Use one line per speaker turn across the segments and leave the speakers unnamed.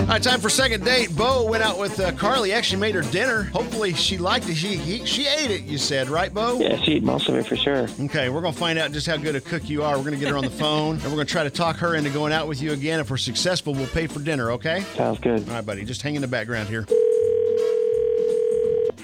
All right, time for second date. Bo went out with uh, Carly. Actually, made her dinner. Hopefully, she liked it. She he, she ate it. You said right, Bo?
Yeah, she eat most of it for sure.
Okay, we're gonna find out just how good a cook you are. We're gonna get her on the phone, and we're gonna try to talk her into going out with you again. If we're successful, we'll pay for dinner. Okay?
Sounds good.
All right, buddy. Just hang in the background here.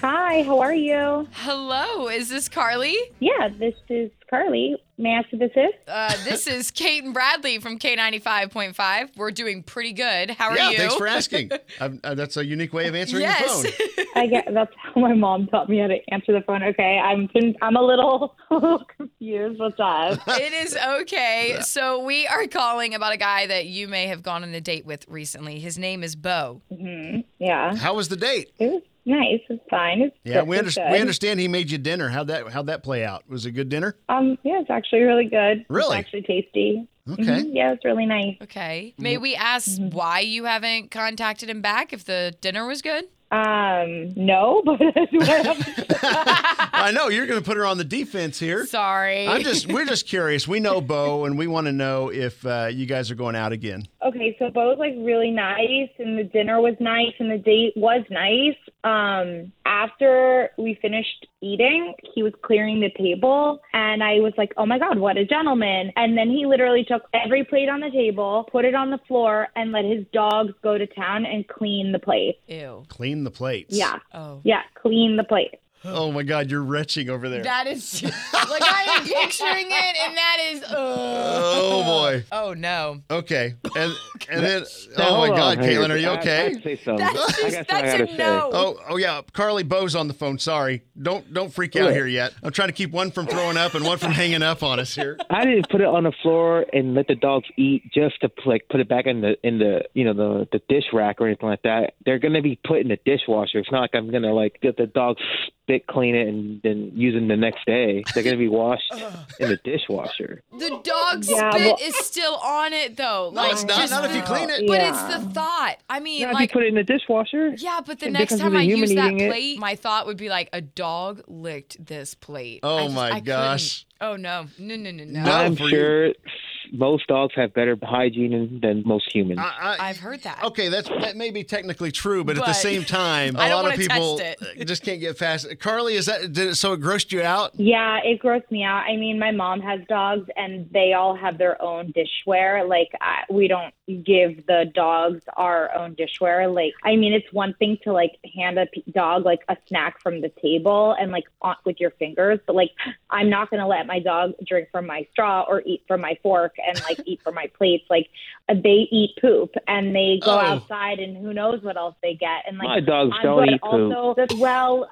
Hi, how are you?
Hello, is this Carly?
Yeah, this is Carly. May I ask who this is?
Uh, this is Kate and Bradley from K95.5. We're doing pretty good. How are
yeah,
you?
thanks for asking. I've, uh, that's a unique way of answering
Yes.
the phone.
I guess that's how my mom taught me how to answer the phone. Okay, I'm I'm a little, a little confused. What's up?
it is okay. So, we are calling about a guy that you may have gone on a date with recently. His name is Bo.
hmm Yeah,
How was the date?
it was nice. It's fine. It's
Yeah,
good,
we,
it's
under- we
good.
understand he made you dinner. How'd that how'd that play out? Was it good dinner?
Um, yeah, it's actually really good.
Really?
it's actually tasty.
Okay.
Mhm, Yeah, it's really nice.
Okay. May we ask why you haven't contacted him back if the dinner was good?
Um, no, but that's what I'm-
I know you're gonna put her on the defense here.
Sorry.
I'm just we're just curious. We know Bo, and we want to know if uh, you guys are going out again.
okay. So Bo was like really nice, and the dinner was nice, and the date was nice. Um, after we finished eating, he was clearing the table, and I was like, "Oh my god, what a gentleman!" And then he literally took every plate on the table, put it on the floor, and let his dogs go to town and clean the plate.
Ew.
Clean the plates.
Yeah,
Oh.
yeah, clean the plate.
Oh my God, you're retching over there.
That is like I am picturing it, and that is.
oh boy.
Oh no.
Okay. And and then oh my God, Caitlin, are you
I,
okay?
gotta say something.
That's,
I got something I
that's
gotta
a
say.
no.
Oh oh yeah, Carly Bo's on the phone. Sorry. Don't don't freak out here yet. I'm trying to keep one from throwing up and one from hanging up on us here.
I didn't put it on the floor and let the dogs eat just to like put it back in the in the you know the the dish rack or anything like that. They're gonna be put in the dishwasher. It's not like I'm gonna like get the dogs spit clean it and then use them the next day. They're gonna be washed
Uh.
in the dishwasher.
The dog
Yeah,
spit
well-
is still on it though.
No,
like
it's not.
just
Not if you
the-
clean it.
But
Yeah.
it's the thought. I mean,
Yeah,
like
if you put it in the dishwasher.
yeah, but the
it
next
becomes
time
a
I
human
use that
eating it.
plate, my thought would be like a dog licked this plate.
Oh
I just-
my
I couldn't.
gosh.
Oh no. No no no no.
No.
I'm
for you.
sure most dogs have better hygiene than most humans.
I, I,
I've heard that.
Okay, that's that may be technically true, but, at the
But-
same time, a
I don't
lot of
wanna
people
test it.
just can't get past. it. Carly, is that did it, so? It grossed you out?
Yeah, it grossed me out. I mean, my mom has dogs, and they all have their own dishware. Like, I, we don't give the dogs our own dishware. Like, I mean, it's one thing to like hand a p- dog like a snack from the table and like on, with your fingers, but like, I'm not gonna let my dog drink from my straw or eat from my fork and like eat from my plates. Like, they eat poop and they go
Oh.
outside, and who knows what else they get. And like,
My dogs
on
don't
what
eat poop.
also that, well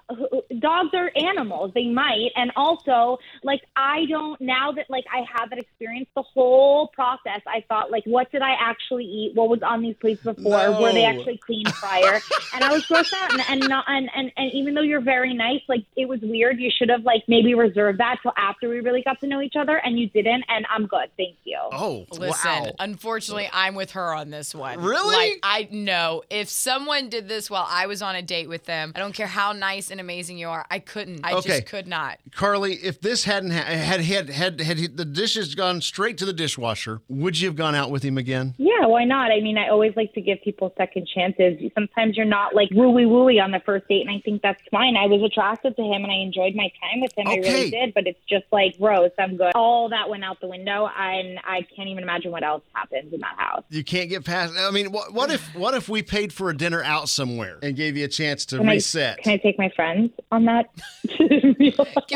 dogs are animals they might and also like i don't now that like i haven't experienced the whole process i thought like what did i actually eat what was on these plates before were they
No.
actually clean prior and i was grossed out and, and not and, and and even though you're very nice like it was weird you should have like maybe reserved that till after we really got to know each other and you didn't and i'm good thank you
Oh,
Listen, uh,
wow.
unfortunately, I'm with her on this one.
Really?
Like, I know if someone did this while I was on a date with them, I don't care how nice and amazing you are, I couldn't. I
Okay.
just could not.
Carly, if this hadn't ha- had had had had he- the dishes gone straight to the dishwasher, would you have gone out with him again?
Yeah, why not? I mean, I always like to give people second chances. Sometimes you're not like wooey wooey on the first date, and I think that's fine. I was attracted to him, and I enjoyed my time with him. I
Okay.
really did, but it's just like gross. I'm good. All that went out the window, and I can't even imagine what else happens in that house.
You can't get past. I mean, what, what if what if we paid for a dinner out somewhere and gave you a chance to
Can I-
reset?
Can I take my friends on that?
Can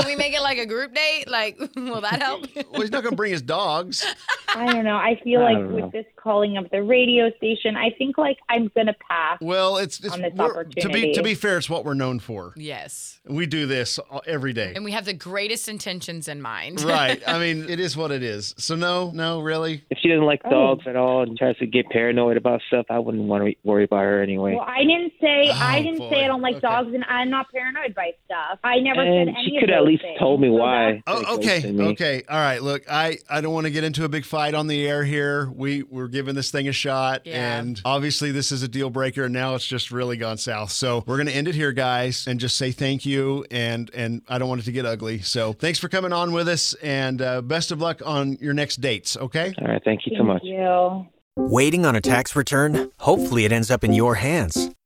we make it like a group date? Like, will that help?
well, he's not going to bring his dogs.
I don't know. I feel
I
like
don't know.
with this calling up the radio station. I think like I'm gonna pass.
Well, it's, it's
On this
we're- to be to
opportunity.
be fair, it's what we're known for.
Yes.
We do this all- every day.
And we have the greatest intentions in mind.
right. I mean, it is what it is. So no, no, really.
If she doesn't like
Oh.
dogs at all and tries to get paranoid about stuff, I wouldn't want to worry about her anyway.
Well, I didn't say I
Oh,
didn't
boy.
say I don't like
Okay.
dogs, and I'm not paranoid by stuff. I never
and
said any
she
of
could at
those
least
things.
told me
So
why.
that's-
Oh,
Like,
okay,
ghosting me.
okay, all right. Look, I I don't want to get into a big fight on the air here. We we're giving this thing a shot,
Yeah.
and obviously this is a deal breaker. And now it's just really gone south. So we're gonna end it here, guys, and just say thank you. And and I don't want it to get ugly. So thanks for coming on with us, and uh, best of luck on your next dates. Okay.
All right. Thank you so
Thank
much.
you.
Waiting on a tax return? Hopefully, it ends up in your hands.